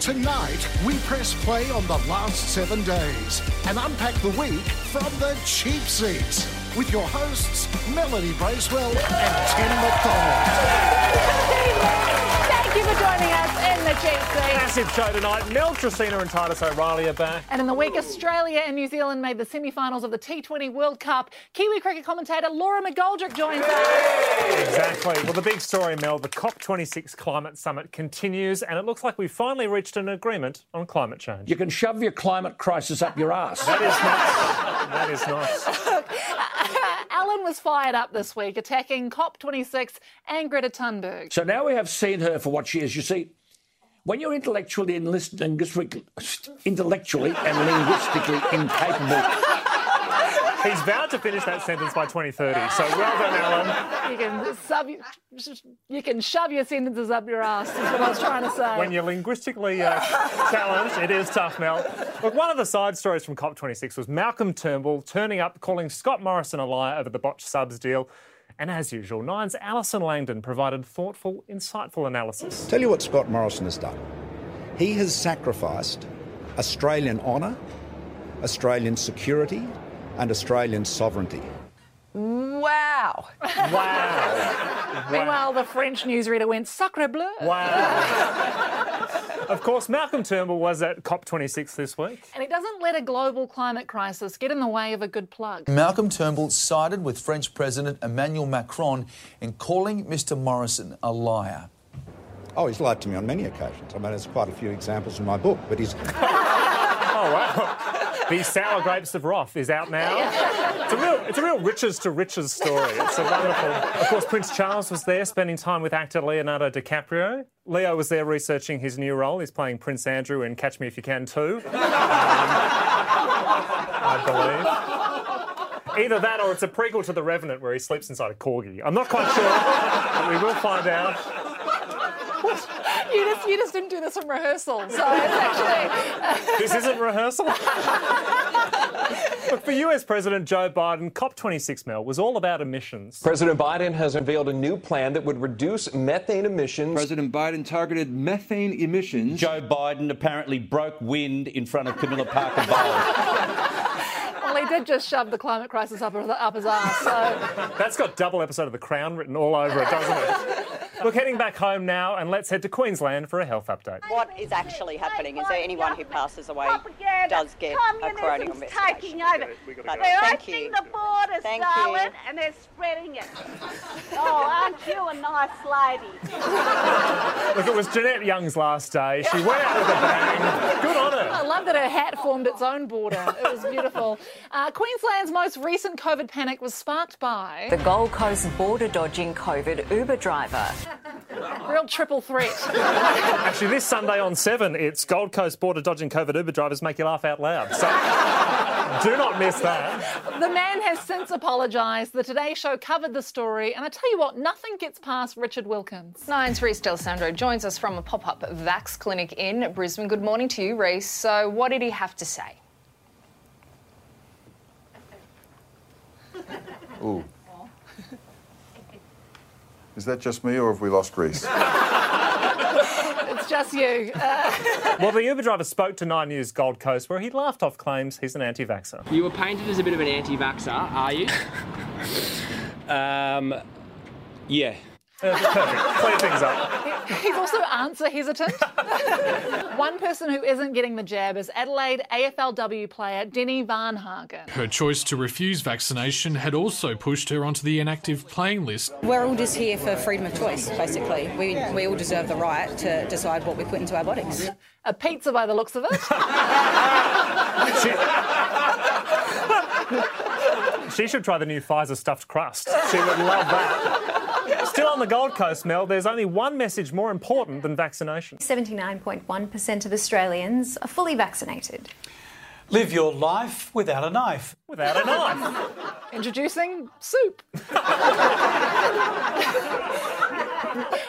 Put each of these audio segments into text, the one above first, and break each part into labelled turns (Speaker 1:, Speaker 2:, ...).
Speaker 1: Tonight, we press play on the last seven days and unpack the week from the cheap seats with your hosts, Melanie Bracewell and Tim McDonald.
Speaker 2: Thank you for joining us in the GC.
Speaker 3: Massive show tonight. Mel Tracina and Titus O'Reilly are back.
Speaker 2: And in the week, Australia and New Zealand made the semi finals of the T20 World Cup. Kiwi cricket commentator Laura McGoldrick joins us.
Speaker 3: Exactly. Well, the big story, Mel, the COP26 climate summit continues, and it looks like we've finally reached an agreement on climate change.
Speaker 4: You can shove your climate crisis up your ass.
Speaker 3: That is nice. That is nice.
Speaker 2: Alan was fired up this week, attacking COP26 and Greta Thunberg.
Speaker 4: So now we have seen her for what she is. You see, when you're intellectually and lis- and linguistic- intellectually and linguistically incapable,
Speaker 3: He's vowed to finish that sentence by 2030. So well done, Alan.
Speaker 2: You can, sub, you can shove your sentences up your ass, is what I was trying to say.
Speaker 3: When you're linguistically uh, challenged, it is tough, Mel. Look, one of the side stories from COP26 was Malcolm Turnbull turning up, calling Scott Morrison a liar over the botched subs deal. And as usual, Nine's Alison Langdon provided thoughtful, insightful analysis.
Speaker 5: Tell you what Scott Morrison has done. He has sacrificed Australian honour, Australian security, and Australian sovereignty.
Speaker 6: Wow.
Speaker 3: Wow.
Speaker 2: Meanwhile, the French newsreader went, Sacre bleu.
Speaker 3: Wow. of course, Malcolm Turnbull was at COP26 this week.
Speaker 2: And it doesn't let a global climate crisis get in the way of a good plug.
Speaker 7: Malcolm Turnbull sided with French President Emmanuel Macron in calling Mr. Morrison a liar.
Speaker 5: Oh, he's lied to me on many occasions. I mean, there's quite a few examples in my book, but he's
Speaker 3: Oh wow! The sour grapes of wrath is out now. It's a real, it's a real riches to riches story. It's a wonderful. Of course, Prince Charles was there, spending time with actor Leonardo DiCaprio. Leo was there researching his new role. He's playing Prince Andrew in Catch Me If You Can too. I believe. Either that, or it's a prequel to The Revenant, where he sleeps inside a corgi. I'm not quite sure. but we will find out.
Speaker 2: You just, you just didn't do this in rehearsal, so it's actually.
Speaker 3: This isn't rehearsal. Look, for US President Joe Biden, COP26 Mel was all about emissions.
Speaker 8: President Biden has unveiled a new plan that would reduce methane emissions.
Speaker 9: President Biden targeted methane emissions.
Speaker 10: Joe Biden apparently broke wind in front of Camilla Parker Bowles.
Speaker 2: Well, he did just shove the climate crisis up, his- up his ass, so.
Speaker 3: That's got double episode of The Crown written all over it, doesn't it? Look, heading back home now, and let's head to Queensland for a health update.
Speaker 6: What is actually happening is that anyone who passes away
Speaker 11: Propaganda.
Speaker 6: does get a coronial
Speaker 11: Communism's taking
Speaker 6: investigation.
Speaker 11: over.
Speaker 6: But
Speaker 11: They're
Speaker 6: thank
Speaker 11: opening
Speaker 6: you.
Speaker 11: the borders,
Speaker 6: Thank you.
Speaker 11: darling, and they're spreading it. oh, aren't you a nice lady?
Speaker 3: Look, it was Jeanette Young's last day. She went out with a bang. Good on her.
Speaker 2: I love that her hat formed its own border. It was beautiful. Uh, Queensland's most recent COVID panic was sparked by
Speaker 12: The Gold Coast border dodging COVID Uber driver.
Speaker 2: a real triple threat.
Speaker 3: Actually, this Sunday on 7, it's Gold Coast border dodging COVID Uber drivers make you laugh out loud. So do not miss that.
Speaker 2: The man has since apologised. The Today Show covered the story, and I tell you what, nothing gets past Richard Wilkins.
Speaker 6: Nine's Reese D'Alessandro joins us from a pop up vax clinic in Brisbane. Good morning to you, Reese. So, what did he have to say?
Speaker 13: Is that just me, or have we lost Reese?
Speaker 2: It's just you. Uh,
Speaker 3: Well, the Uber driver spoke to Nine News Gold Coast, where he laughed off claims he's an anti vaxxer.
Speaker 9: You were painted as a bit of an anti vaxxer, are you? um, yeah.
Speaker 3: Perfect. Clear things up.
Speaker 2: he's also answer hesitant. One person who isn't getting the jab is Adelaide AFLW player Denny Varnhagen.
Speaker 10: Her choice to refuse vaccination had also pushed her onto the inactive playing list.
Speaker 6: We're all just here for freedom of choice, basically. We, we all deserve the right to decide what we put into our bodies.
Speaker 2: A pizza by the looks of it.
Speaker 3: She should try the new Pfizer stuffed crust. She would love that. Still on the Gold Coast, Mel, there's only one message more important than vaccination.
Speaker 12: 79.1% of Australians are fully vaccinated.
Speaker 10: Live your life without a knife.
Speaker 3: Without a knife.
Speaker 2: Introducing soup.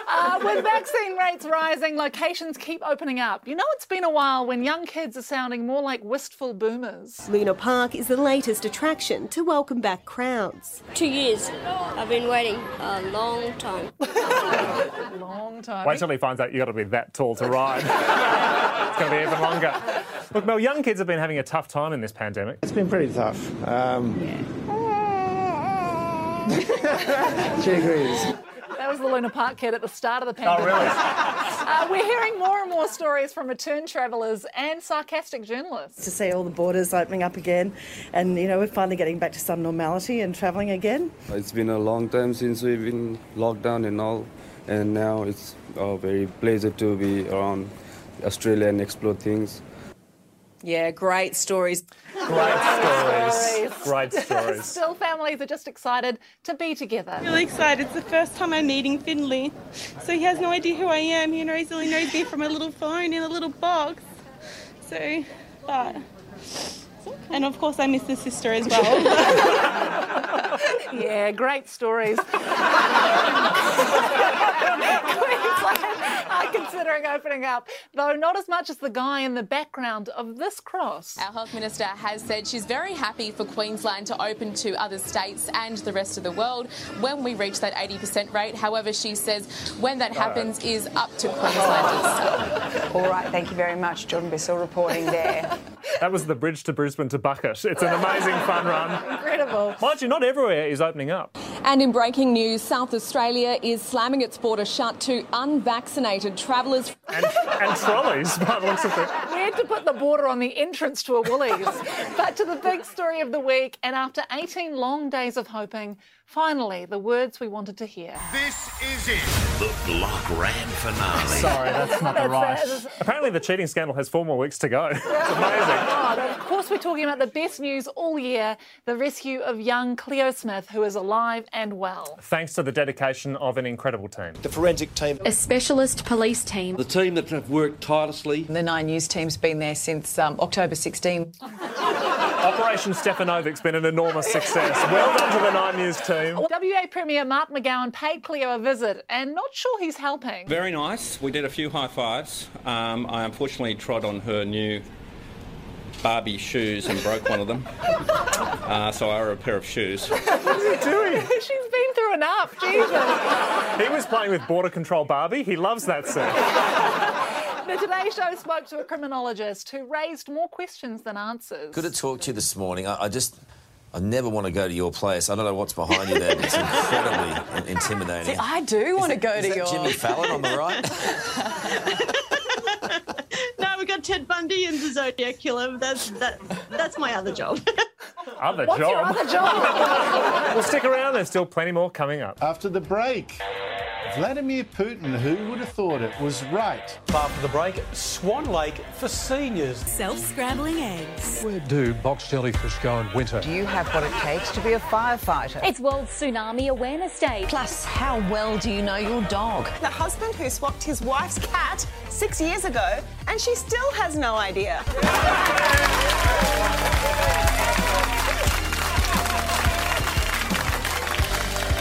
Speaker 2: Uh, with vaccine rates rising, locations keep opening up. You know, it's been a while when young kids are sounding more like wistful boomers.
Speaker 11: Luna Park is the latest attraction to welcome back crowds.
Speaker 12: Two years. I've been waiting a long time.
Speaker 2: Long time.
Speaker 3: Wait till he finds out you got to be that tall to ride. It's going to be even longer. Look, Mel, young kids have been having a tough time in this pandemic.
Speaker 14: It's been pretty tough. Um, she agrees.
Speaker 2: That was the Luna Park kid at the start of the pandemic.
Speaker 3: Oh, really?
Speaker 2: uh, we're hearing more and more stories from returned travellers and sarcastic journalists.
Speaker 15: to see all the borders opening up again and you know we're finally getting back to some normality and travelling again
Speaker 16: It's been a long time since we've been locked down and all, and now it's a very pleasure to be around Australia and explore things.
Speaker 10: Yeah, great stories.
Speaker 3: Great stories. Great stories.
Speaker 2: Still, families are just excited to be together.
Speaker 5: really excited. It's the first time I'm meeting Finley. So he has no idea who I am. He knows only knows me from a little phone in a little box. So, but. And of course, I miss the sister as well.
Speaker 2: yeah, great stories. Queensland are Uh, considering opening up, though not as much as the guy in the background of this cross.
Speaker 6: Our Health Minister has said she's very happy for Queensland to open to other states and the rest of the world when we reach that 80% rate. However, she says when that happens is up to Queenslanders.
Speaker 10: All right, thank you very much. Jordan Bissell reporting there.
Speaker 3: That was the bridge to Brisbane to Bucket. It's an amazing fun run.
Speaker 2: Incredible.
Speaker 3: Mind you, not everywhere is opening up.
Speaker 6: And in breaking news, South Australia is slamming its border shut to unvaccinated travellers.
Speaker 3: And, and trolleys, by the looks of it.
Speaker 2: Weird to put the border on the entrance to a Woolies. but to the big story of the week, and after 18 long days of hoping, finally the words we wanted to hear.
Speaker 4: This is it. The Block Ran finale.
Speaker 3: Sorry, that's not
Speaker 2: the That's- right.
Speaker 3: Apparently, the cheating scandal has four more weeks to go.
Speaker 2: God, of course, we're talking about the best news all year the rescue of young Cleo Smith, who is alive and well.
Speaker 3: Thanks to the dedication of an incredible team.
Speaker 17: The forensic team.
Speaker 18: A specialist police team.
Speaker 17: The team that have worked tirelessly.
Speaker 10: The Nine News team's been there since um, October 16.
Speaker 3: Operation Stefanovic's been an enormous success. Well done to the Nine News team.
Speaker 2: WA Premier Mark McGowan paid Cleo a visit and not sure he's helping.
Speaker 9: Very nice. We did a few high fives. Um, I unfortunately trod on her new Barbie shoes and broke one of them. Uh, so I owe her a pair of shoes.
Speaker 2: What are you doing? She's been through enough, Jesus.
Speaker 3: He was playing with Border Control Barbie. He loves that scene.
Speaker 2: The Today Show spoke to a criminologist who raised more questions than answers.
Speaker 19: Good to talk to you this morning. I, I just, I never want to go to your place. I don't know what's behind you there, but it's incredibly intimidating.
Speaker 10: See, I do want to go
Speaker 19: Is
Speaker 10: to
Speaker 19: that
Speaker 10: your.
Speaker 19: Jimmy Fallon on the right?
Speaker 5: no, we got Ted Bundy and the Zodiac Killer. That's that. That's my other job.
Speaker 3: Other
Speaker 5: What's your
Speaker 3: job.
Speaker 5: other job?
Speaker 3: well, stick around. There's still plenty more coming up.
Speaker 1: After the break, Vladimir Putin, who would have thought it was right?
Speaker 20: After the break, Swan Lake for seniors.
Speaker 10: Self scrambling eggs.
Speaker 20: Where do box jellyfish go in winter?
Speaker 10: You have what it takes to be a firefighter.
Speaker 21: It's World Tsunami Awareness Day.
Speaker 10: Plus, how well do you know your dog?
Speaker 22: The husband who swapped his wife's cat six years ago, and she still has no idea.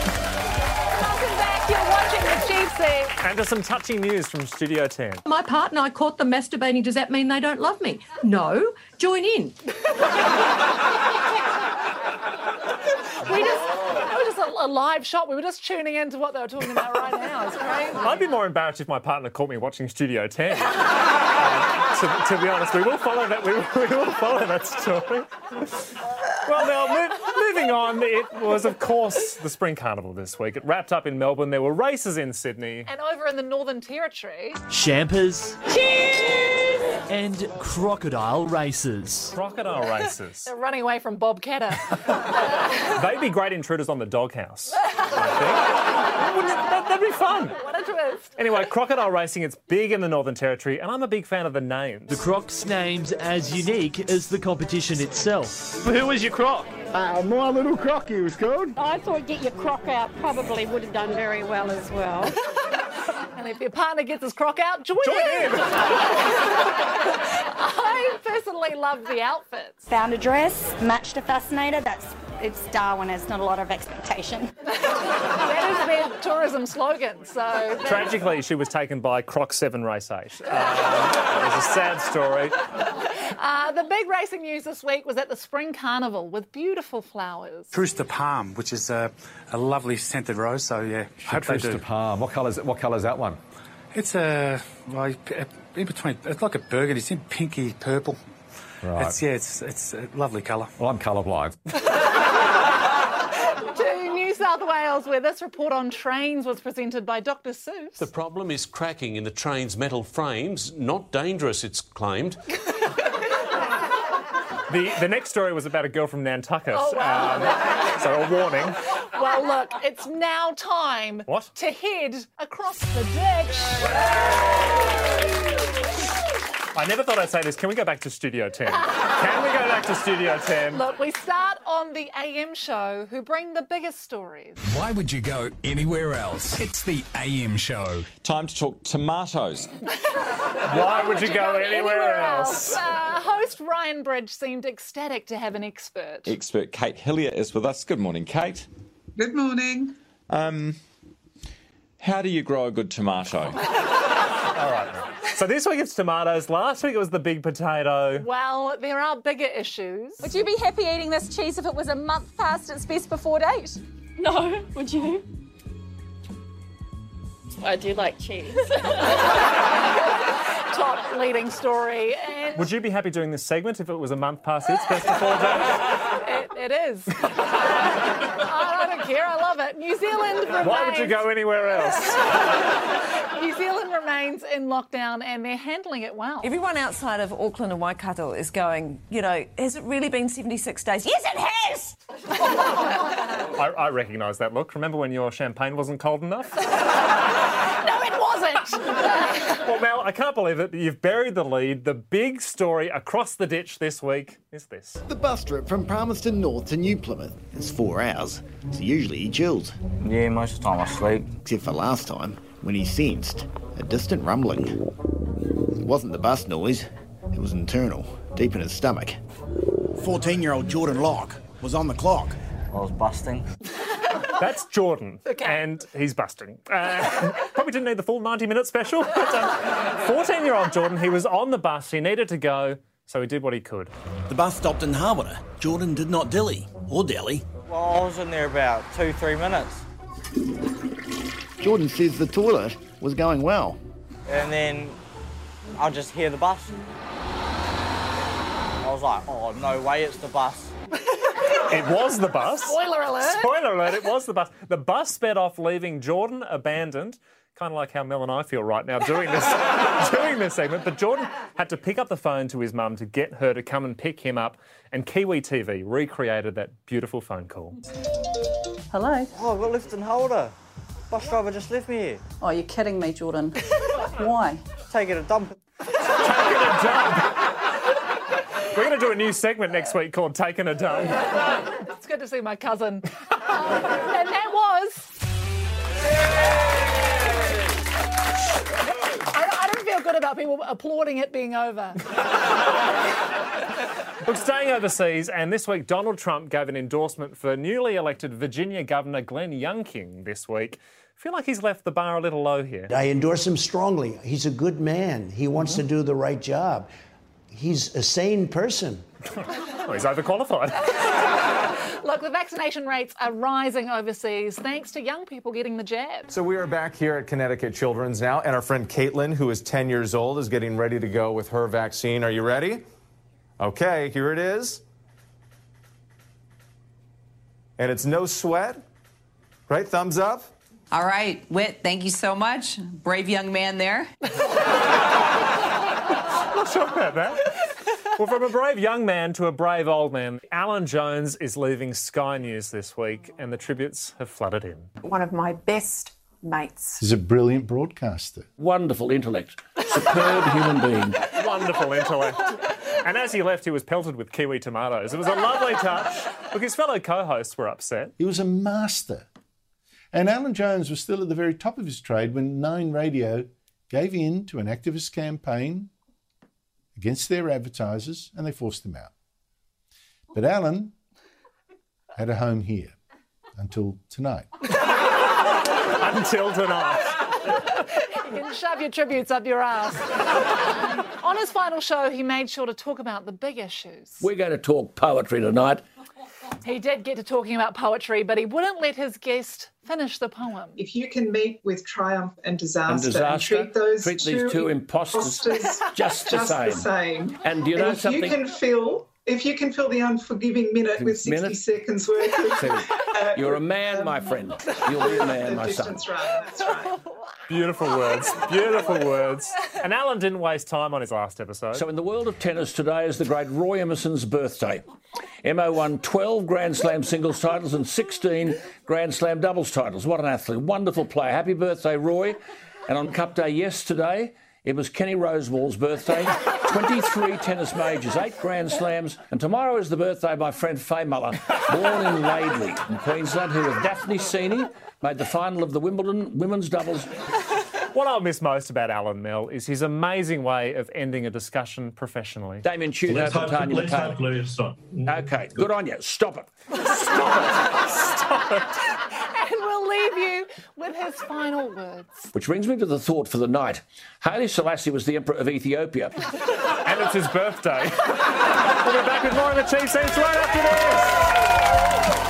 Speaker 2: Welcome back. You're watching the Chief Seat.
Speaker 3: And there's some touching news from Studio 10.
Speaker 23: My partner, I caught them masturbating. Does that mean they don't love me? No. Join in.
Speaker 2: We just, that was just a, a live shot. We were just tuning into what they were talking about right now. It's crazy.
Speaker 3: I'd be more embarrassed if my partner caught me watching Studio 10. Um, to, to be honest, we will follow that. We, will- we will follow that story. Well, now mo- moving on. It was, of course, the Spring Carnival this week. It wrapped up in Melbourne. There were races in Sydney.
Speaker 2: And over in the Northern Territory,
Speaker 24: Champers. And crocodile races.
Speaker 3: Crocodile races.
Speaker 2: they're running away from Bob Catter.
Speaker 3: They'd be great intruders on the doghouse. I think. Wouldn't it- that- that'd be fun.
Speaker 2: what a twist.
Speaker 3: Anyway, crocodile racing, it's big in the Northern Territory, and I'm a big fan of the names.
Speaker 24: The croc's name's as unique as the competition itself. Who was your croc?
Speaker 25: Uh, my little croc he was called.
Speaker 11: I thought get your croc out probably would have done very well as well.
Speaker 2: And if your partner gets his croc out, join,
Speaker 11: Join
Speaker 2: in.
Speaker 11: in.
Speaker 2: I personally love the outfits.
Speaker 11: Found a dress, matched a fascinator. That's it's Darwin. It's not a lot of expectation.
Speaker 2: That is their tourism slogan. So
Speaker 3: Tragically, she was taken by Croc 7 Race 8. Um, it was a sad story.
Speaker 2: Uh, the big racing news this week was at the Spring Carnival with beautiful flowers.
Speaker 26: Trous de Palme, which is a, a lovely scented rose. So yeah, hope they
Speaker 27: Chartreuse
Speaker 26: do.
Speaker 27: de Palm. What colours? What colour's that one?
Speaker 26: It's a, like, a
Speaker 28: in between. It's like a burgundy. It's in pinky purple.
Speaker 11: Right.
Speaker 28: It's yeah. It's it's a lovely colour.
Speaker 11: Well, I'm colourblind.
Speaker 2: to New South Wales, where this report on trains was presented by Dr. Seuss.
Speaker 29: The problem is cracking in the train's metal frames. Not dangerous, it's claimed.
Speaker 3: The, the next story was about a girl from Nantucket.
Speaker 2: Oh, wow.
Speaker 3: um, so a warning.
Speaker 2: Well, look, it's now time
Speaker 3: What?
Speaker 2: to head across the ditch.
Speaker 3: I never thought I'd say this. Can we go back to Studio 10? Can we go back to Studio 10?
Speaker 2: Look, we start on the AM show, who bring the biggest stories.
Speaker 30: Why would you go anywhere else? It's the AM show.
Speaker 11: Time to talk tomatoes.
Speaker 3: Why would you go anywhere else?
Speaker 2: Uh, host Ryan Bridge seemed ecstatic to have an expert.
Speaker 11: Expert Kate Hillier is with us. Good morning, Kate.
Speaker 8: Good morning.
Speaker 11: Um, how do you grow a good tomato?
Speaker 3: All right. So this week it's tomatoes. Last week it was the big potato.
Speaker 2: Well, there are bigger issues.
Speaker 7: Would you be happy eating this cheese if it was a month past its best before date?
Speaker 31: No, would you? I do like cheese.
Speaker 2: Top leading story. And
Speaker 3: Would you be happy doing this segment if it was a month past its best before date?
Speaker 2: it, it is. I, I don't care. I love it. New Zealand remains.
Speaker 3: Why would you go anywhere else?
Speaker 2: New Zealand remains in lockdown and they're handling it well.
Speaker 32: Everyone outside of Auckland and Waikato is going, you know, has it really been 76 days? Yes, it has!
Speaker 3: I, I recognise that look. Remember when your champagne wasn't cold enough?
Speaker 2: No, it wasn't.
Speaker 3: Well, Mel, I can't believe it, but you've buried the lead. The big story across the ditch this week is this.
Speaker 19: The bus trip from Palmerston North to New Plymouth is four hours, so usually he chills.
Speaker 33: Yeah, most of the time I sleep.
Speaker 19: Except for last time, when he sensed a distant rumbling. It wasn't the bus noise, it was internal, deep in his stomach.
Speaker 33: 14 year old Jordan Locke was on the clock. I was busting.
Speaker 3: That's Jordan, and he's busting. Uh, probably didn't need the full 90 minute special. But, um, 14 year old Jordan, he was on the bus, he needed to go, so he did what he could.
Speaker 33: The bus stopped in Harbour. Jordan did not dilly or dally. Well, I was in there about two, three minutes.
Speaker 19: Jordan says the toilet was going well.
Speaker 33: And then I just hear the bus. I was like, oh, no way, it's the bus.
Speaker 3: It was the bus.
Speaker 2: Spoiler alert.
Speaker 3: Spoiler alert, it was the bus. The bus sped off, leaving Jordan abandoned. Kind of like how Mel and I feel right now doing this, doing this segment. But Jordan had to pick up the phone to his mum to get her to come and pick him up. And Kiwi TV recreated that beautiful phone call.
Speaker 13: Hello.
Speaker 33: Oh, I've got left and holder. Bus driver just left me here.
Speaker 13: Oh, you're kidding me, Jordan. Why?
Speaker 33: Taking a dump.
Speaker 3: We're going to do a new segment next week called Taking a Dump.
Speaker 2: It's good to see my cousin. Um, and that was. I don't- I don't feel good about people applauding it being over.
Speaker 3: Look, staying overseas, and this week Donald Trump gave an endorsement for newly elected Virginia Governor Glenn Youngkin this week. I feel like he's left the bar a little low here.
Speaker 5: I endorse him strongly. He's a good man. He wants to do the right job. He's a sane person.
Speaker 3: Oh, he's overqualified.
Speaker 2: Look, the vaccination rates are rising overseas thanks to young people getting the jab.
Speaker 34: So we are back here at Connecticut Children's now, and our friend Caitlin, who is 10 years old, is getting ready to go with her vaccine. Are you ready? Okay, here it is. And it's no sweat, right? Thumbs up.
Speaker 35: All right, Whit, thank you so much. Brave young man there.
Speaker 3: Not sure about that. Well, from a brave young man to a brave old man, Alan Jones is leaving Sky News this week, and the tributes have flooded in.
Speaker 36: One of my best mates.
Speaker 1: He's a brilliant broadcaster.
Speaker 4: Wonderful intellect. Superb human being.
Speaker 3: Wonderful intellect. And as he left, he was pelted with kiwi tomatoes. It was a lovely touch. Look, his fellow co hosts were upset.
Speaker 1: He was a master. And Alan Jones was still at the very top of his trade when Nine Radio gave in to an activist campaign against their advertisers and they forced him out. But Alan had a home here until tonight.
Speaker 3: Until tonight.
Speaker 2: You can shove your tributes up your ass. On his final show, he made sure to talk about the big issues.
Speaker 4: We're going to talk poetry tonight.
Speaker 2: He did get to talking about poetry, but he wouldn't let his guest finish the poem.
Speaker 8: If you can meet with triumph and disaster
Speaker 4: and
Speaker 8: and,
Speaker 4: disaster.
Speaker 8: treat those
Speaker 4: treat
Speaker 8: two,
Speaker 4: these two imposters
Speaker 8: imposters
Speaker 4: just, the, same.
Speaker 8: same.
Speaker 4: And do you know
Speaker 8: if
Speaker 4: something?
Speaker 8: you can fill if you can fill the unforgiving minute with 60
Speaker 4: Minute?
Speaker 8: seconds worth of um,
Speaker 4: So, You're a man, my friend. You'll be a man, my son.
Speaker 8: distance run, that's right.
Speaker 3: Beautiful words. Beautiful words. And Alan didn't waste time on his last episode.
Speaker 4: So, in the world of tennis, today is the great Roy Emerson's birthday. Emo won 12 Grand Slam singles titles and 16 Grand Slam doubles titles. What an athlete. Wonderful player. Happy birthday, Roy. And on Cup Day yesterday, it was Kenny Rosewall's birthday. 23 tennis majors, 8 Grand Slams. And tomorrow is the birthday of my friend Faye Muller, born in Laidley in Queensland, who with Daphne Sini made the final of the Wimbledon women's doubles
Speaker 3: What I'll miss most about Alan Mel is his amazing way of ending a discussion professionally.
Speaker 4: Damien Tudor, Let's hope- Tanya let's Mateo. hope
Speaker 3: it's not.
Speaker 4: Okay, good on you. Stop it.
Speaker 2: And we'll leave you with his final words.
Speaker 4: Which brings me to the thought for the night. Haile Selassie was the emperor of Ethiopia.
Speaker 3: and it's his birthday. we'll be back with more of the Chief Saints right after this.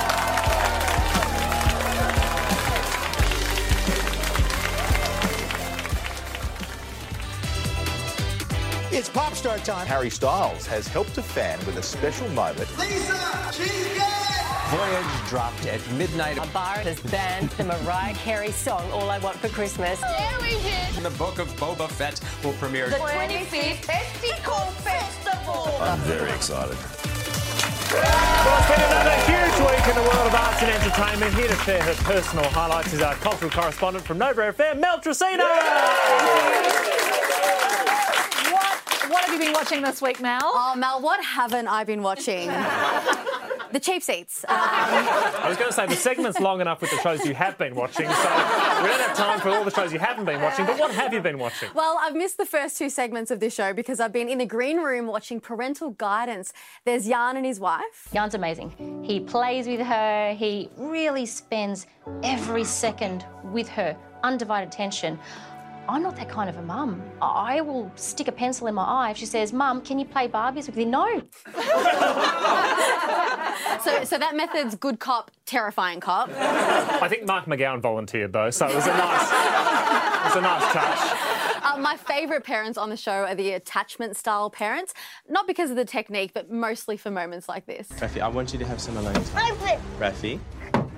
Speaker 16: It's pop star time.
Speaker 10: Harry Styles has helped a fan with a special moment.
Speaker 16: Lisa,
Speaker 10: Voyage dropped at midnight.
Speaker 23: A bar has banned the Mariah Carey song All I Want for Christmas.
Speaker 37: There we did.
Speaker 10: The Book of Boba Fett will premiere.
Speaker 37: The 25th Testicle Festival.
Speaker 10: I'm very excited.
Speaker 3: Well, it's been another huge week in the world of arts and entertainment. Here to share her personal highlights is our cultural correspondent from Nova FM, Mel Tracino.
Speaker 2: What, what have you been watching this week, Mel?
Speaker 23: Oh, Mel, what haven't I been watching? the cheap seats. Um,
Speaker 3: I was going to say the segment's long enough with the shows you have been watching, so we don't have time for all the shows you haven't been watching. But what have you been watching?
Speaker 23: well, I've missed the first two segments of this show because I've been in the green room watching Parental Guidance. There's Jan and his wife.
Speaker 38: Jan's amazing. He plays with her, he really spends every second with her, undivided attention. I'm not that kind of a mum. I I will stick a pencil in my eye if she says, Mum, can you play Barbies with you? No.
Speaker 23: So, so that method's good cop, terrifying cop.
Speaker 3: I think Mark McGowan volunteered though, so it was a nice, it was a nice touch.
Speaker 23: Uh, my favourite parents on the show are the attachment style parents, not because of the technique, but mostly for moments like this.
Speaker 39: Rafi, I want you to have some alone time. Rafi,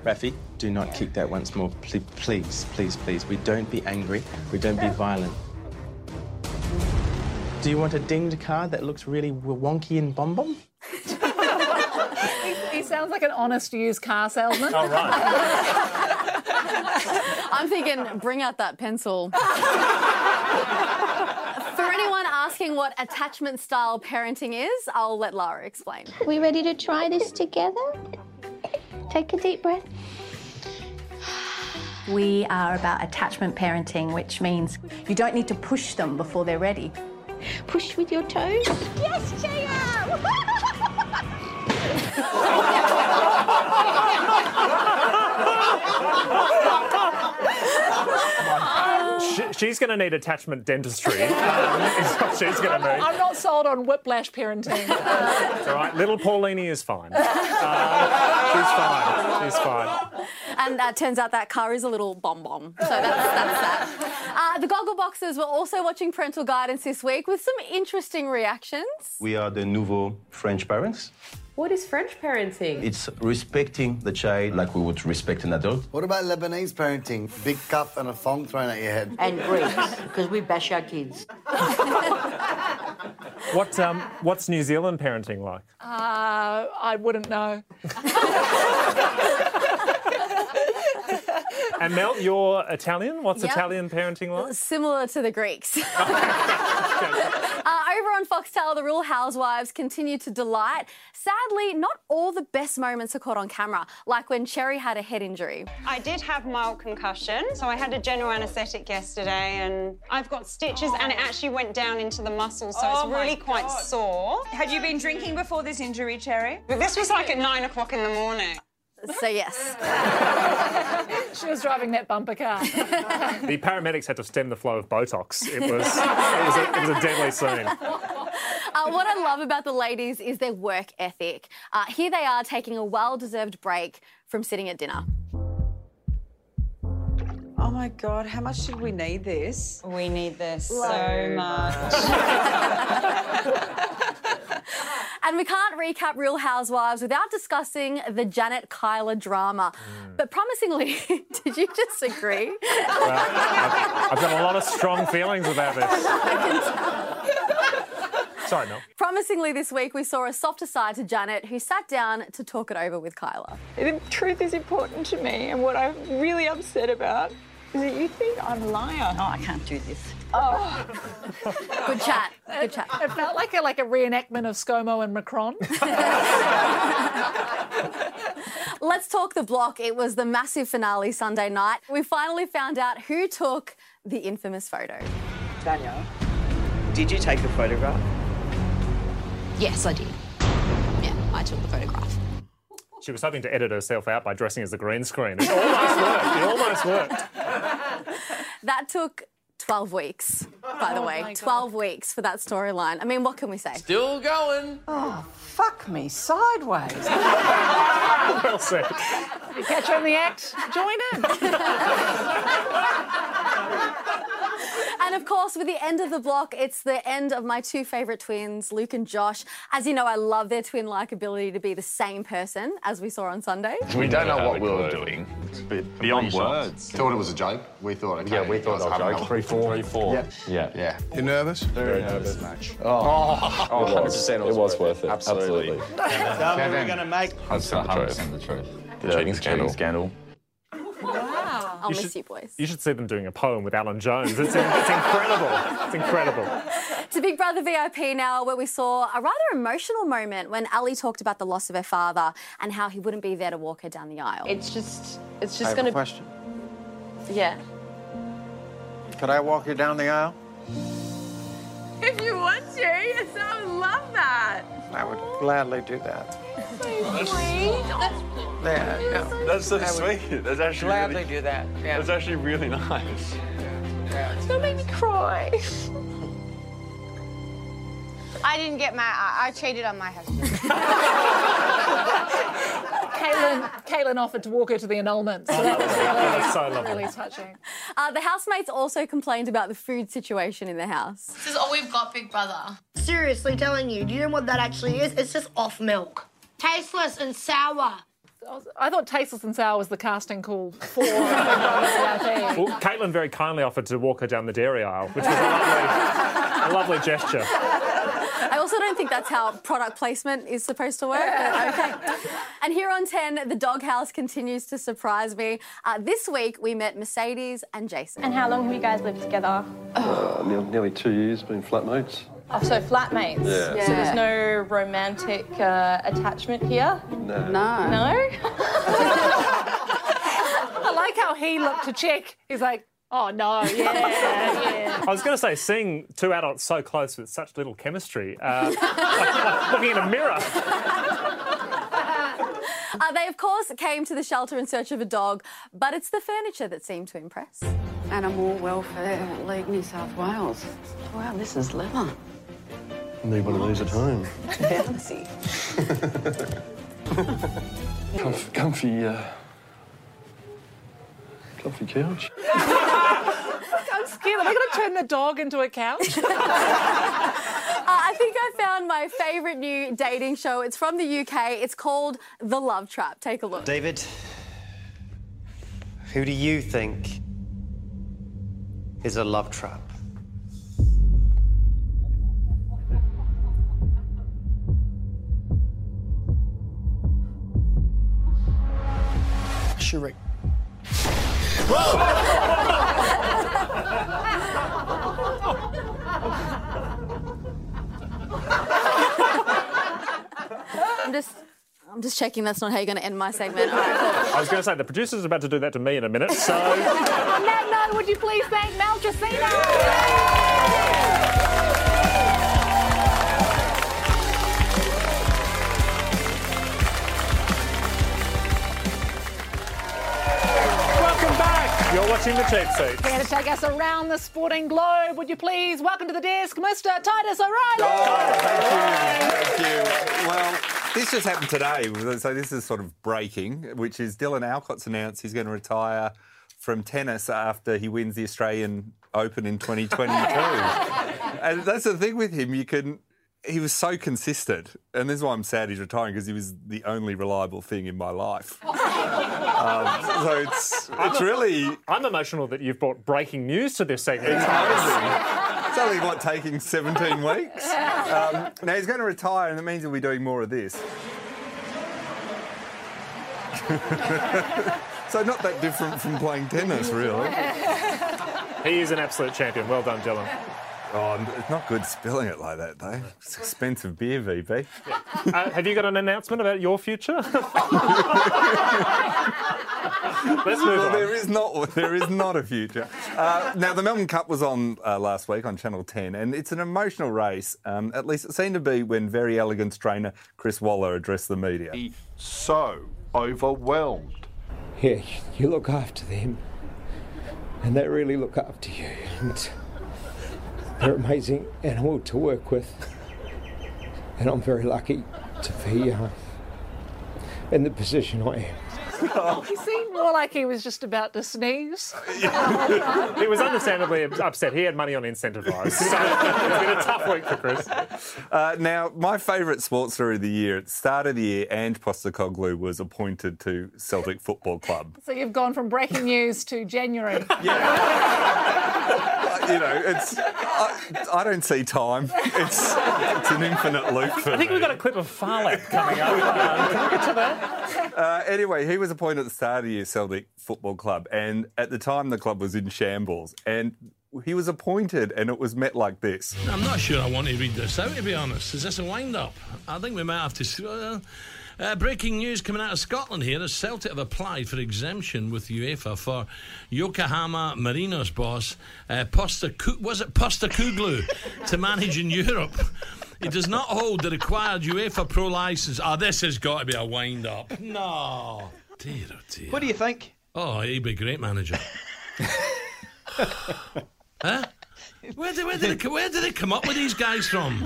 Speaker 39: Rafi, do not kick that once more. Please, please, please, please. We don't be angry. We don't be violent. Do you want a dinged card that looks really wonky and bum bum?
Speaker 2: he, he sounds like an honest used car salesman.
Speaker 3: All right.
Speaker 23: I'm thinking, bring out that pencil. For anyone asking what attachment style parenting is, I'll let Lara explain.
Speaker 38: Are we ready to try this together? Take a deep breath.
Speaker 40: We are about attachment parenting, which means you don't need to push them before they're ready.
Speaker 38: Push with your toes. Yes, Gia!
Speaker 3: She, she's going to need attachment dentistry. Um, is what she's going to need.
Speaker 2: I'm not sold on whiplash parenting. Uh,
Speaker 3: It's all right. Little Paulini is fine. Uh, she's fine. She's fine.
Speaker 23: And uh, turns out that car is a little bomb bomb. So that's, that's that. Uh, the goggle boxes were also watching parental guidance this week with some interesting reactions.
Speaker 41: We are the nouveau French parents.
Speaker 6: What is French parenting?
Speaker 41: It's respecting the child like we would respect an adult.
Speaker 42: What about Lebanese parenting? Big cup and a thong thrown at your head. And Greeks, because we bash our kids.
Speaker 3: What um, what's New Zealand parenting like?
Speaker 2: I wouldn't know.
Speaker 3: And Mel, you're Italian. What's
Speaker 23: Yep.
Speaker 3: Italian parenting like?
Speaker 23: Uh, Similar to the Greeks. Uh, over on Foxtel, the Real Housewives continue to delight. Sadly, not all the best moments are caught on camera, like when Cherry had a head injury.
Speaker 12: I did have mild concussion, so I had a general anaesthetic yesterday, and I've got stitches, and it actually went down into the muscle, so
Speaker 43: Oh
Speaker 12: it's really
Speaker 43: my
Speaker 12: quite
Speaker 43: God.
Speaker 12: sore.
Speaker 43: Had you been drinking before this injury, Cherry?
Speaker 12: But this was like at nine o'clock in the morning.
Speaker 23: So, yes.
Speaker 2: she was driving that bumper car.
Speaker 3: The paramedics had to stem the flow of Botox. It was it was a, it was a deadly scene.
Speaker 23: Uh, Uh, what I love about the ladies is their work ethic. Uh, here they are taking a well deserved break from sitting at dinner.
Speaker 43: Oh my god, how much did we need this?
Speaker 12: We need this
Speaker 43: so
Speaker 12: so much.
Speaker 23: And we can't recap Real Housewives without discussing the Janet Kyler drama. But promisingly, did you disagree?
Speaker 3: I've, I've got a lot of strong feelings about this. Sorry, Mel.
Speaker 23: Promisingly, this week we saw a softer side to Janet, who sat down to talk it over with Kyla.
Speaker 11: The truth is important to me, and what I'm really upset about is that you think I'm a liar. Oh, I can't do this.
Speaker 2: Oh.
Speaker 23: Good chat. Good chat.
Speaker 2: It felt like a, like a reenactment of ScoMo and Macron.
Speaker 23: Let's talk the block. It was the massive finale Sunday night. We finally found out who took the infamous photo.
Speaker 29: Daniel, did you take the photograph?
Speaker 38: Yes, I did. Yeah, I took the photograph.
Speaker 3: She was hoping to edit herself out by dressing as the green screen. It almost worked. It almost worked.
Speaker 23: That took 12 weeks, by the
Speaker 11: Oh
Speaker 23: way.
Speaker 11: my God.
Speaker 23: 12 weeks for that storyline. I mean, what can we say?
Speaker 11: Still going. Oh, fuck me sideways.
Speaker 3: Well said.
Speaker 2: You catch her in the act, join
Speaker 23: And of course, with the end of the block, it's the end of my two favourite twins, Luke and Josh. As you know, I love their twin like ability to be the same person, as we saw on Sunday.
Speaker 30: We don't know what we were doing. It's
Speaker 7: beyond words. Thought it was a joke. We thought. Okay, yeah, we thought it was a joke. Three, four, three, four. Yep.
Speaker 30: Yeah.
Speaker 7: Yeah. You nervous?
Speaker 30: Very nervous.
Speaker 7: match.
Speaker 30: Oh,
Speaker 7: Oh,
Speaker 30: it was,
Speaker 7: 100% it
Speaker 30: it was worth it.
Speaker 7: Absolutely.
Speaker 30: Absolutely.
Speaker 7: Tell me we're
Speaker 30: to
Speaker 7: gonna
Speaker 30: make.
Speaker 7: That's
Speaker 30: the truth.
Speaker 7: the truth.
Speaker 30: The cheating scandal.
Speaker 23: I'll
Speaker 3: You
Speaker 23: miss
Speaker 3: should-
Speaker 23: you, boys.
Speaker 3: You should see them doing a poem with Alan Jones. It's, it's incredible. It's incredible.
Speaker 23: To Big Brother VIP now, where we saw a rather emotional moment when Ali talked about the loss of her father and how he wouldn't be there to walk her down the aisle.
Speaker 11: It's just, it's
Speaker 39: I have a question.
Speaker 11: Yeah.
Speaker 39: Could I walk you down the aisle?
Speaker 11: If you want to, yes, I would love that.
Speaker 39: I would gladly do that.
Speaker 11: Sweet.
Speaker 39: Yeah, yeah.
Speaker 30: That's so
Speaker 39: I would
Speaker 30: sweet. That's actually
Speaker 39: Gladly
Speaker 30: really,
Speaker 39: do that. Yeah.
Speaker 30: That's actually really nice.
Speaker 11: It's gonna make me cry.
Speaker 37: I didn't get my. I, I cheated on my husband.
Speaker 2: Caitlin, Caitlin offered to walk her to the annulment. So that was
Speaker 3: That
Speaker 2: really,
Speaker 3: was so lovely.
Speaker 2: really touching.
Speaker 23: Uh, the housemates also complained about the food situation in the house.
Speaker 37: This is all Oh, we've got, Big Brother.
Speaker 31: Seriously, telling you, do you know what that actually is? It's just off milk.
Speaker 37: Tasteless and sour.
Speaker 2: I thought Tasteless and Sour was the casting call for Big Brother VIP.
Speaker 3: Well, Caitlin very kindly offered to walk her down the dairy aisle, which was a lovely, a lovely gesture.
Speaker 23: I also don't think that's how product placement is supposed to work. but okay. And here on 10, the doghouse continues to surprise me. Uh, this week, we met Mercedes and Jason. And how long have you guys lived together?
Speaker 31: Uh, nearly, nearly two years being flatmates.
Speaker 32: Oh, so flatmates.
Speaker 31: Yeah.
Speaker 32: So there's no romantic uh, attachment here.
Speaker 31: No.
Speaker 32: No.
Speaker 2: I like how he looked to check. He's like, oh no, yeah.
Speaker 3: I was going to say, seeing two adults so close with such little chemistry, uh, like- like looking in a mirror.
Speaker 23: Uh, they, of course, came to the shelter in search of a dog, but it's the furniture that seemed to impress.
Speaker 31: Animal Welfare League New South Wales. Wow, this is leather.
Speaker 41: Need one of these at home.
Speaker 31: Fancy.
Speaker 41: Comf- comfy, uh, comfy couch.
Speaker 2: I'm scared. Am I going to turn the dog into a couch?
Speaker 23: Uh, I think I found my favourite new dating show. It's from the UK. It's called The Love Trap. Take a look.
Speaker 19: David, who do you think is a love trap?
Speaker 9: Sheree.
Speaker 23: I'm just, I'm just checking that's not how you're going to end my segment. All right, cool.
Speaker 3: I was going to say, the producer's about to do that to me in a minute, so.
Speaker 2: On that note, would you please thank Mel Tracino?
Speaker 3: Welcome back. You're watching The Cheap Seats.
Speaker 2: Here to take us around the sporting globe, would you please welcome to the desk Mr. Titus O'Reilly?
Speaker 3: Thank you.
Speaker 8: This just happened today. So this is sort of breaking, which is Dylan Alcott's announced he's going to retire from tennis after he wins the Australian Open in 2022. and that's the thing with him. You can. He was so consistent, and this is why I'm sad he's retiring because he was the only reliable thing in my life. Um, so it's it's really.
Speaker 3: I'm emotional that you've brought breaking news to this segment.
Speaker 8: It's only what taking 17 weeks. Um, now he's going to retire, and that means he'll be doing more of this. so not that different from playing tennis, really.
Speaker 3: He is an absolute champion. Well done, Dylan.
Speaker 8: Oh, it's not good spilling it like that, though. It's expensive beer, VB.
Speaker 3: Uh, have you got an announcement about your future? Let's move
Speaker 8: Well,
Speaker 3: on.
Speaker 8: There is not there is not a future. Uh, now the Melbourne Cup was on uh, last week on Channel 10, and it's an emotional race. Um, at least it seemed to be when very elegant trainer Chris Waller addressed the media.
Speaker 7: So overwhelmed.
Speaker 9: Yeah, you look after them, and they really look after you. And they're an amazing animal to work with, and I'm very lucky to be uh, in the position I am.
Speaker 2: he seemed more like he was just about to sneeze.
Speaker 3: he was understandably upset. He had money on incentivised. So it's been a tough week for Chris.
Speaker 8: Uh, now, my favourite sports story of the year. At the start of the year, and Postacoglu was appointed to Celtic Football Club.
Speaker 2: So you've gone from breaking news to January.
Speaker 8: Uh, you know, it's I, I don't see time. It's it's an infinite loop for
Speaker 3: I think
Speaker 8: me.
Speaker 3: we've got a clip of Farlap coming up. Uh, can we get to that?
Speaker 8: Uh, anyway, he was appointed at the start of the year Celtic Football Club, and at the time the club was in shambles. And he was appointed, and it was met like this.
Speaker 33: I'm not sure I want to read this out, to be honest. Is this a wind up? I think we might have to. Uh, uh, breaking news coming out of Scotland here as Celtic have applied for exemption with UEFA for Yokohama Marinos boss uh, Posta was it Posta Kuglu to manage in Europe. He does not hold the required UEFA Pro license. Ah, this has got to be a wind up. No, dear, oh dear. What do you think? Oh, he'd be a great manager. huh? Where did, where, did they, where did they come up with these guys from?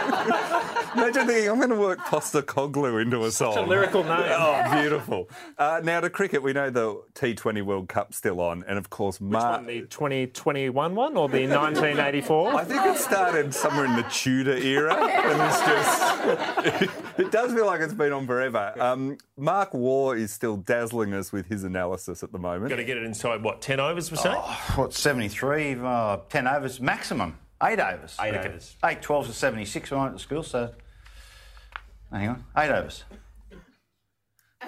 Speaker 8: Imagine thinking, I'm going to work Postacoglu into a song.
Speaker 3: a lyrical name.
Speaker 8: Oh, beautiful. Uh, now to cricket, we know the T20 World Cup's still on, and of course, March.
Speaker 3: The 2021 one or the 1984?
Speaker 8: I think it started somewhere in the Tudor era, and it's just it, does feel like it's been on forever. Um, Mark War is still dazzling us with his analysis at the moment.
Speaker 34: Got to get it inside what ten overs we're saying.
Speaker 19: Oh, What, 73, uh, 10 overs maximum? Eight overs.
Speaker 34: Eight overs.
Speaker 19: Eight 12s to 76 when I went to school, so. Hang on. Eight overs.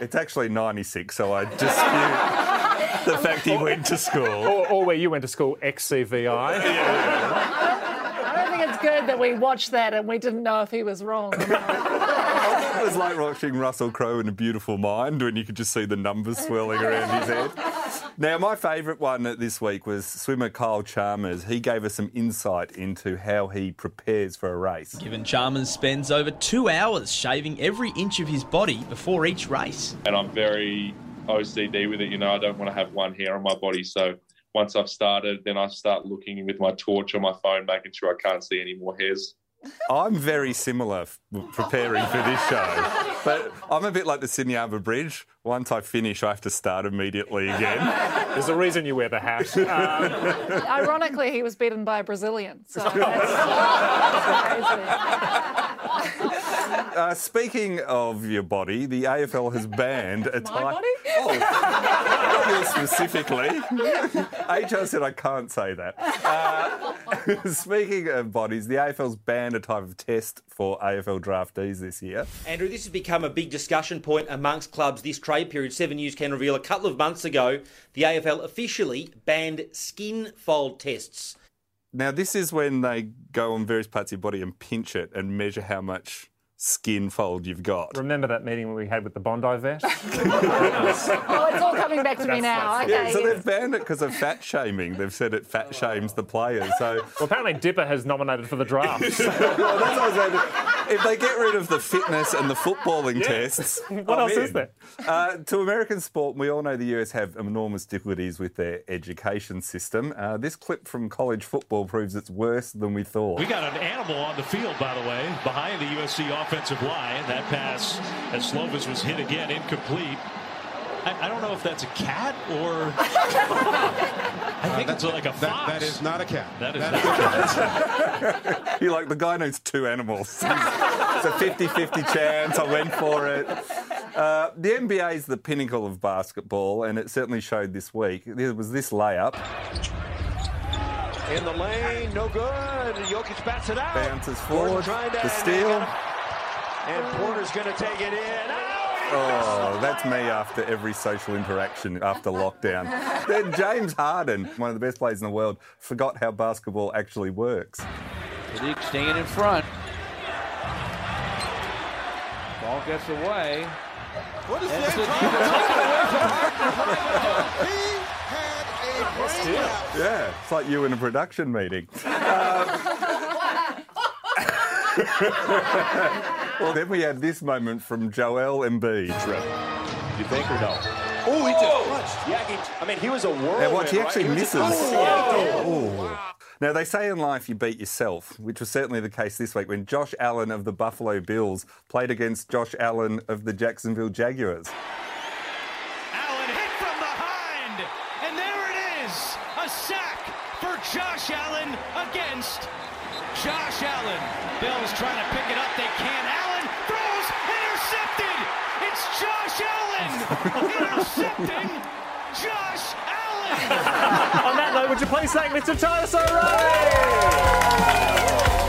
Speaker 8: It's actually 96, so I dispute the fact he went to school.
Speaker 3: Or, or where you went to school, XCVI.
Speaker 2: I don't think it's good that we watched that and we didn't know if he was wrong.
Speaker 8: It was like watching Russell Crowe in A Beautiful Mind when you could just see the numbers swirling around his head. Now, my favourite one this week was swimmer Kyle Chalmers. He gave us some insight into how he prepares for a race.
Speaker 16: Given Chalmers spends over two hours shaving every inch of his body before each race.
Speaker 1: and I'm very OCD with it. You know, I don't want to have one hair on my body. So once I've started, then I start looking with my torch on my phone, making sure I can't see any more hairs.
Speaker 8: I'm very similar f- preparing for this show, but I'm a bit like the Sydney Harbour Bridge. Once I finish, I have to start immediately again.
Speaker 3: There's a reason you wear the hat. Um,
Speaker 2: Ironically, he was beaten by a Brazilian. So
Speaker 8: Uh, speaking of your body, the AFL has banned
Speaker 2: My
Speaker 8: a type.
Speaker 2: body?
Speaker 8: Oh, Not yours specifically. HR said I can't say that. Uh, speaking of bodies, the AFL's banned a type of test for AFL draftees this year.
Speaker 29: Andrew, this has become a big discussion point amongst clubs this trade period. Seven News can reveal a couple of months ago, the AFL officially banned skin fold tests.
Speaker 8: Now, this is when they go on various parts of your body and pinch it and measure how much skin fold you've got.
Speaker 3: Remember that meeting we had with the Bondi vet?
Speaker 2: Oh, it's all coming back to me now. Okay.
Speaker 8: Yeah, so
Speaker 2: yes.
Speaker 8: they've banned it because of fat shaming. They've said it fat shames the players. So
Speaker 3: well, apparently Dipper has nominated for the draft.
Speaker 8: Well, that's what I was saying. If they get rid of the fitness and the footballing
Speaker 3: Yeah.
Speaker 8: tests,
Speaker 3: What
Speaker 8: I'm
Speaker 3: else is
Speaker 8: in.
Speaker 3: there?
Speaker 8: Uh, to American sport, we all know the US have enormous difficulties with their education system. Uh, this clip from college football proves it's worse than we thought.
Speaker 10: We got an animal on the field, by the way, behind the USC offensive line. That pass, as Slovis was hit again, incomplete. I, I don't know if that's a cat or. I think it's like a fox. that is not a cat. That is not a cat.
Speaker 8: You're like, the guy knows two animals. it's a 50 50 chance. I went for it. Uh, the NBA is the pinnacle of basketball, and it certainly showed this week. There was this layup,
Speaker 5: In the lane, no good. Jokic bats it out.
Speaker 8: bounces
Speaker 5: Gordon
Speaker 8: forward,
Speaker 5: trying to-
Speaker 8: the steal.
Speaker 5: And Porter's going to take it in.
Speaker 8: Oh, that's me after every social interaction after lockdown. then James Harden, one of the best players in the world, forgot how basketball actually works.
Speaker 38: Sadiq staying in front. Ball gets away. What is that?
Speaker 8: Yeah, it's like you in a production meeting. well, then we have this moment from Joel Embiid. You think or no?
Speaker 5: Oh, he just punched. Yeah, he, I mean, he was a whirlwind.
Speaker 8: And what he
Speaker 5: right?
Speaker 8: actually
Speaker 5: was
Speaker 8: misses.
Speaker 5: just- Oh,
Speaker 8: Ooh. Now, they say in life you beat yourself, which was certainly the case this week when Josh Allen of the Buffalo Bills played against Josh Allen of the Jacksonville Jaguars.
Speaker 5: behind. And there it is. A sack for Josh Allen against Josh Allen. Bills trying to pick it up. They can't. Allen throws. Intercepted. It's Josh Allen intercepting Josh Allen.
Speaker 3: On that note, would you please thank Mr. Titus O'Reilly?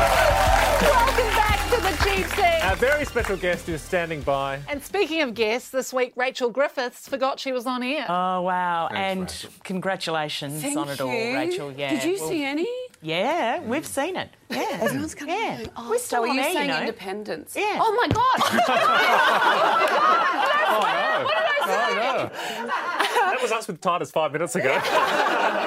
Speaker 2: Welcome back to the Cheap Seat.
Speaker 3: Our very special guest who's standing by.
Speaker 2: And speaking of guests, this week Rachel Griffiths forgot she was on air.
Speaker 40: Oh wow! and congratulations
Speaker 2: Thank
Speaker 40: on it all,
Speaker 2: you.
Speaker 40: Rachel. Yeah.
Speaker 2: Did you see
Speaker 40: any? Yeah, we've seen it. Yeah. Everyone's
Speaker 31: coming.
Speaker 40: Yeah.
Speaker 31: We're still
Speaker 40: so
Speaker 31: on
Speaker 40: are you
Speaker 31: air, you
Speaker 40: saying
Speaker 31: know.
Speaker 40: independence?
Speaker 31: Yeah.
Speaker 40: Oh my
Speaker 3: Oh,
Speaker 40: God!
Speaker 3: no. Oh, no. That was us with Titus five minutes ago.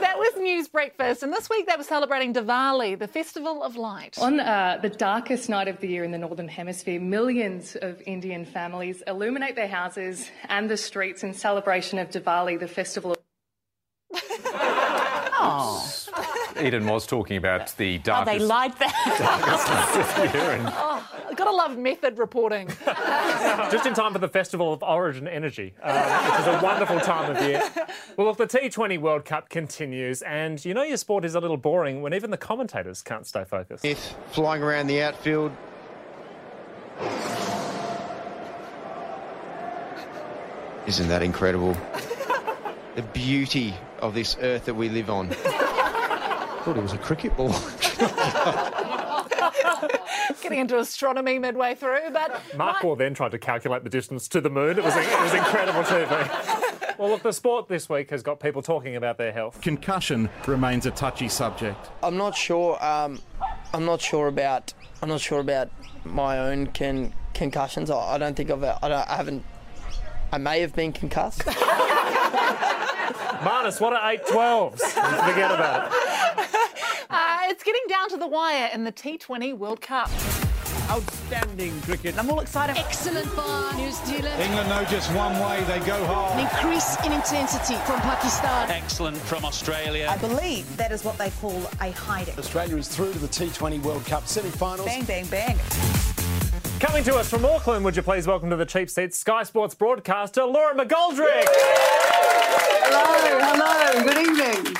Speaker 2: That was News Breakfast, and this week they were celebrating Diwali, the festival of light.
Speaker 6: On uh, the darkest night of the year in the Northern Hemisphere, millions of Indian families illuminate their houses and the streets in celebration of Diwali, the festival of. Eden was talking about the
Speaker 40: Oh, they
Speaker 6: darkest
Speaker 40: lied
Speaker 6: darkest year and
Speaker 2: Oh, gotta love method reporting.
Speaker 3: Just in time for the Festival of Origin Energy, uh, which is a wonderful time of year. Well, look, the T20 World Cup continues, and you know your sport is a little boring when even the commentators can't stay focused.
Speaker 13: Smith flying around the outfield. Isn't that incredible? the beauty of this earth that we live on. Thought it was a cricket ball.
Speaker 2: Getting into astronomy midway through, but
Speaker 3: Mark War then tried to calculate the distance to the moon. It was, it was incredible TV. Well, look, the sport this week has got people talking about their health.
Speaker 42: Concussion remains a touchy subject.
Speaker 12: I'm not sure. Um, I'm not sure about. I'm not sure about my own con- concussions. I, I don't think I've. I, don't, I haven't. I may have been concussed.
Speaker 3: Marnus, what are 812s? Forget about it.
Speaker 2: uh, it's getting down to the wire in the T20 World Cup.
Speaker 43: Outstanding cricket.
Speaker 2: I'm all excited.
Speaker 44: Excellent bar, New Zealand.
Speaker 43: England know just one way, they go
Speaker 44: An
Speaker 43: hard.
Speaker 44: increase in intensity from Pakistan.
Speaker 43: Excellent from Australia.
Speaker 44: I believe that is what they call a hiding.
Speaker 43: Australia is through to the T20 World Cup semi-finals.
Speaker 44: Bang, bang, bang.
Speaker 3: Coming to us from Auckland, would you please welcome to the cheap seats Sky Sports broadcaster Laura McGoldrick.
Speaker 2: Hello, hello, good evening.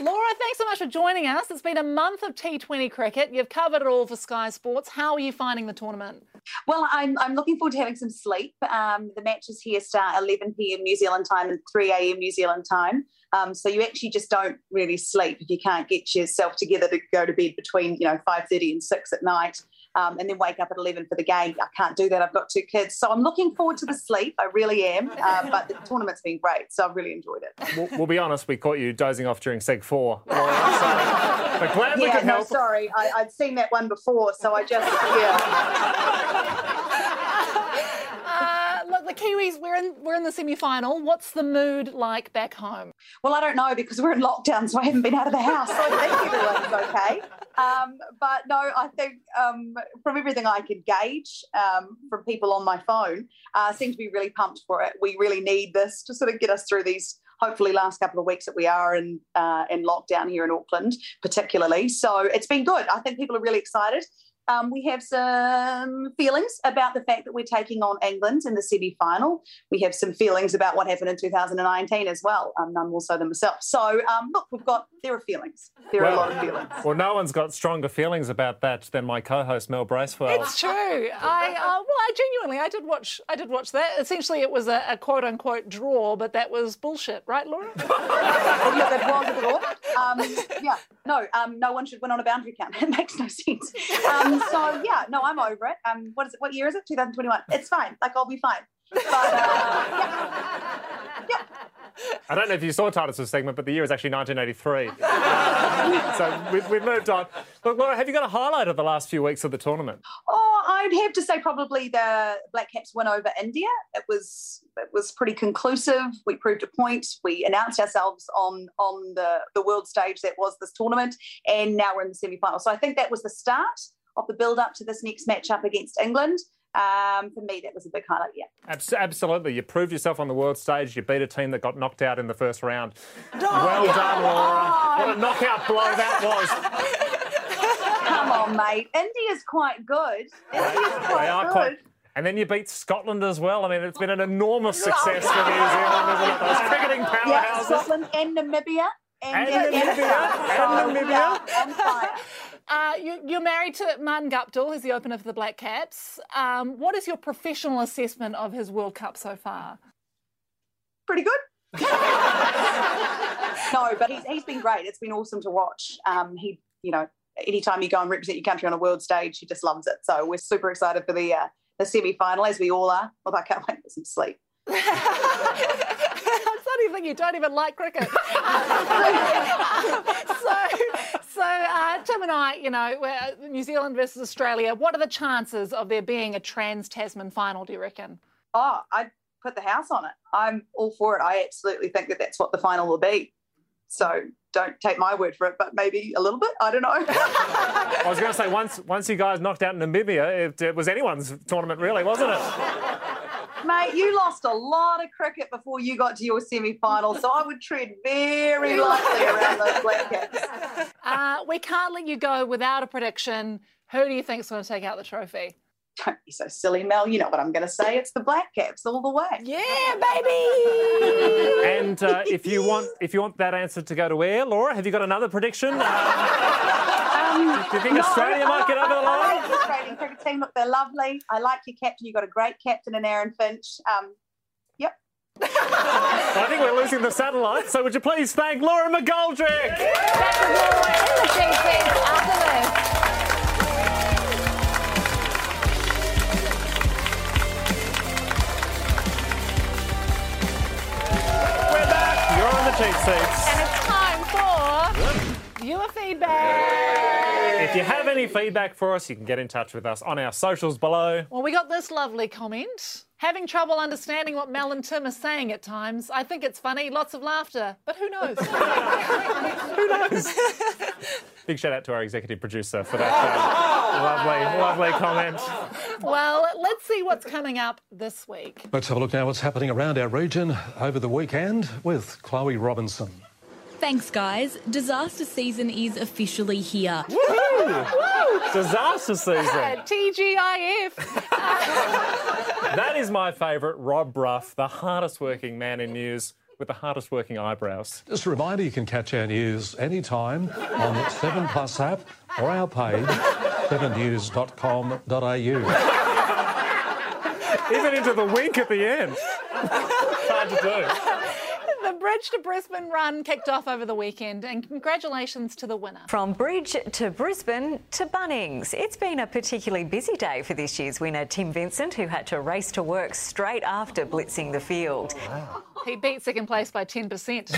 Speaker 2: Laura, thanks so much for joining us. It's been a month of T20 cricket. You've covered it all for Sky Sports. How are you finding the tournament?
Speaker 11: Well, I'm, I'm looking forward to having some sleep. Um, the matches here start 11 p.m. New Zealand time and 3 a.m. New Zealand time. Um, so you actually just don't really sleep if you can't get yourself together to go to bed between you know 5:30 and 6 at night. Um, and then wake up at 11 for the game. I can't do that. I've got two kids. So I'm looking forward to the sleep. I really am. Uh, but the tournament's been great. So I've really enjoyed it.
Speaker 3: We'll, we'll be honest, we caught you dozing off during Seg 4. Laura, so, but glad we
Speaker 11: yeah,
Speaker 3: could
Speaker 11: no,
Speaker 3: help.
Speaker 11: sorry. I, I'd seen that one before. So I just, yeah.
Speaker 2: Uh, look, the Kiwis, we're in we're in the semi-final. What's the mood like back home?
Speaker 11: Well, I don't know because we're in lockdown, so I haven't been out of the house. So I think everyone's okay. Um, but no, I think um, from everything I could gauge um, from people on my phone, uh, seem to be really pumped for it. We really need this to sort of get us through these hopefully last couple of weeks that we are in uh, in lockdown here in Auckland, particularly. So it's been good. I think people are really excited. Um, we have some feelings about the fact that we're taking on England in the semi final. We have some feelings about what happened in 2019 as well, um, none more so than myself. So, um, look, we've got, there are feelings. There are a lot of feelings.
Speaker 3: Well, no one's got stronger feelings about that than my co-host Mel Bracewell.
Speaker 2: It's true. I uh, well, I genuinely, I did watch, I did watch that. Essentially, it was a, a quote-unquote draw, but that was bullshit, right, Laura?
Speaker 11: yeah, that was a draw. Um, yeah, no, um, no one should win on a boundary count. It makes no sense. Um, so, yeah, no, I'm over it. Um, what is it? What year is it? 2021. It's fine. Like, I'll be fine. uh,
Speaker 3: I don't know if you saw Titus's segment, but the year is actually 1983. so we've, we've moved on. Look, Laura, have you got a highlight of the last few weeks of the tournament?
Speaker 11: Oh, I'd have to say probably the Black Caps win over India. It was it was pretty conclusive. We proved a point. We announced ourselves on on the, the world stage that was this tournament, and now we're in the semi final. So I think that was the start of the build up to this next match up against England. Um, for me, that was a big highlight. Yeah.
Speaker 3: Abs- absolutely. You proved yourself on the world stage. You beat a team that got knocked out in the first round. Well done, Laura. What a knockout blow that was.
Speaker 11: Oh, Come on, mate. India's quite good. India's
Speaker 3: They
Speaker 11: quite
Speaker 3: are
Speaker 11: good.
Speaker 3: quite. And then you beat Scotland as well. I mean, it's been an enormous success for New Zealand, isn't it? Those cricketing
Speaker 11: Yeah,
Speaker 3: powerhouses.
Speaker 11: Scotland and Namibia. And,
Speaker 3: And Namibia, and
Speaker 11: So,
Speaker 3: Namibia.
Speaker 11: yeah, on fire.
Speaker 2: Uh, you, you're married to Martin Guptill, who's the opener for the Black Caps. Um, what is your professional assessment of his World Cup so far?
Speaker 11: Pretty good. no, but he's, he's been great. It's been awesome to watch. Um, he, you know, anytime you go and represent your country on a world stage, he just loves it. So we're super excited for the uh, the semi final, as we all are. Although I can't wait for some sleep.
Speaker 2: It's not even you don't even like cricket. so, so uh, Tim and I, you know, we're- uh, New Zealand versus Australia. What are the chances of there being a trans Tasman final? Do you reckon?
Speaker 11: Oh, I put the house on it. I'm all for it. I absolutely think that that's what the final will be. So don't take my word for it, but maybe a little bit. I don't know.
Speaker 3: I was going to say, once once you guys knocked out Namibia, it, it was anyone's tournament, really, wasn't it?
Speaker 11: Mate, you lost a lot of cricket before you got to your semi final, so I would tread very lightly around those black caps.
Speaker 2: Uh, we can't let you go without a prediction. Who do you think's going to take out the trophy?
Speaker 11: Don't be so silly, Mel. You know what I'm going to say. It's the black caps all the way.
Speaker 2: Yeah, baby.
Speaker 3: And uh, if you want if you want that answer to go to air, Laura, have you got another prediction? Um, Do you think Australia might get over the line?
Speaker 11: I like the Australian cricket team. Look, they're lovely. I like your captain. You've got a great captain in Aaron Finch. Um,
Speaker 3: I think we're losing the satellite, so would you please thank Laura McGoldrick? You're on the cheap seats.
Speaker 2: And it's time for viewer feedback.
Speaker 3: If you have any feedback for us, you can get in touch with us on our socials below.
Speaker 2: Well, we got this lovely comment. Having trouble understanding what Mel and Tim are saying at times. I think it's funny, lots of laughter, but who knows? who knows?
Speaker 3: Big shout out to our executive producer for that uh, lovely, lovely comment.
Speaker 2: Well, let's see what's coming up this week.
Speaker 30: Let's have a look now what's happening around our region over the weekend with Chloe Robinson. Thanks, guys. Disaster season is officially here.
Speaker 3: Woohoo! Disaster season.
Speaker 2: TGIF.
Speaker 3: That is my favourite, Rob Bruff, the hardest working man in news with the hardest working eyebrows.
Speaker 7: Just a reminder you can catch our news anytime on the 7 Plus app or our page, 7news.com.au.
Speaker 3: Even into the wink at the end. Hard to do.
Speaker 2: the Bridge to Brisbane run kicked off over the weekend, and congratulations to the winner.
Speaker 32: From Bridge to Brisbane to Bunnings. It's been a particularly busy day for this year's winner, Tim Vincent, who had to race to work straight after blitzing the field.
Speaker 2: He beat second place by 10%. It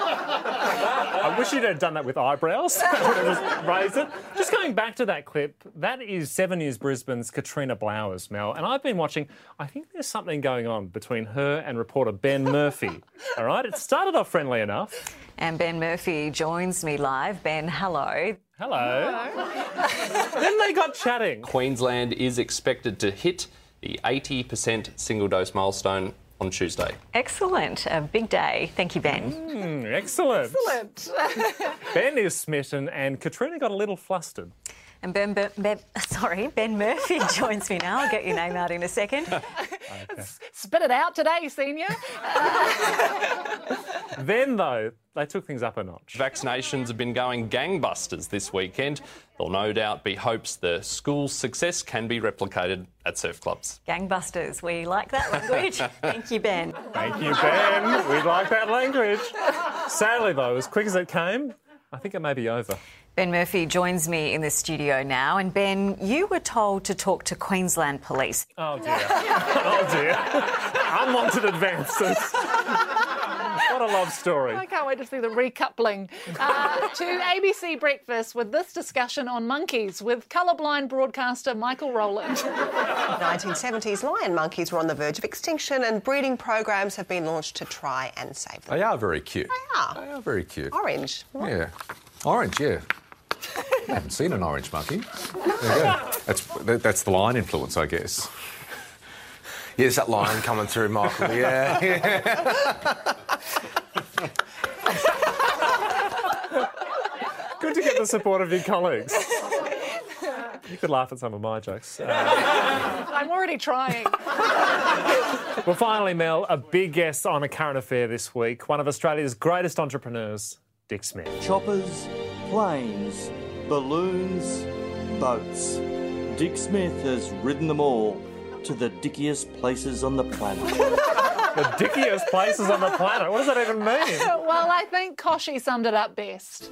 Speaker 3: I wish you'd have done that with eyebrows. Just raise it. Just going back to that clip, that is Seven News Brisbane's Katrina Blowers, Mel. And I've been watching, I think there's something going on between her and reporter Ben Murphy. All right, it started off friendly enough.
Speaker 32: And Ben Murphy joins me live. Ben, hello.
Speaker 3: Hello. then they got chatting.
Speaker 9: Queensland is expected to hit the 80% single dose milestone on Tuesday.
Speaker 32: Excellent. A big day. Thank you, Ben.
Speaker 3: Hmm, excellent.
Speaker 2: Excellent.
Speaker 3: Ben is smitten, and Katrina got a little flustered.
Speaker 32: And Ben, Ben, Ben- sorry, Ben Murphy joins me now. I'll get your name out in a second.
Speaker 2: was- Spit it out today, senior.
Speaker 9: Then, though, they took things up a notch. Vaccinations have been going gangbusters this weekend. There'll no doubt be hopes the school's success can be replicated at surf clubs.
Speaker 32: Gangbusters. We like that language. Thank you, Ben.
Speaker 3: Thank you, Ben. We like that language. Sadly, though, as quick as it came, I think it may be over.
Speaker 32: Ben Murphy joins me in the studio now. And Ben, you were told to talk to Queensland Police.
Speaker 3: Oh, dear. oh, dear. Unwanted advances. what a love story.
Speaker 2: I can't wait to see the recoupling. Uh, to ABC Breakfast with this discussion on monkeys with colourblind broadcaster Michael Rowland.
Speaker 33: 1970s lion monkeys were on the verge of extinction, and breeding programs have been launched to try and save them.
Speaker 23: They are very cute. They
Speaker 33: are.
Speaker 23: They are very cute.
Speaker 33: Orange.
Speaker 23: Yeah. Orange, yeah. I haven't seen an orange monkey. There you go. That's, that, that's the lion influence, I guess.
Speaker 37: Yes, that lion coming through, Michael. Yeah.
Speaker 3: Good to get the support of your colleagues. You could laugh at some of my jokes. Uh,
Speaker 2: I'm already trying.
Speaker 3: well, finally, Mel, a big guest on a current affair this week. One of Australia's greatest entrepreneurs, Dick Smith.
Speaker 39: Choppers, planes, balloons, boats. Dick Smith has ridden them all to the dickiest places on the planet.
Speaker 3: The dickiest places on the planet. What does that even mean?
Speaker 2: well, I think Koshi summed it up best.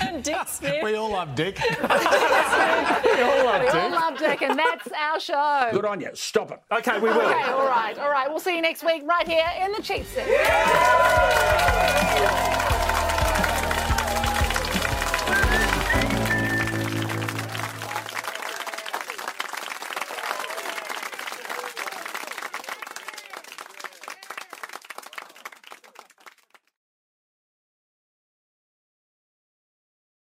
Speaker 32: and Dick Smith.
Speaker 3: We all love Dick.
Speaker 2: We
Speaker 3: all love
Speaker 2: We all
Speaker 3: Dick.
Speaker 2: love Dick, and that's our show.
Speaker 3: Good on you. Stop it. Okay, we will.
Speaker 2: Okay, all right, all right. We'll see you next week right here in the Cheap Seat.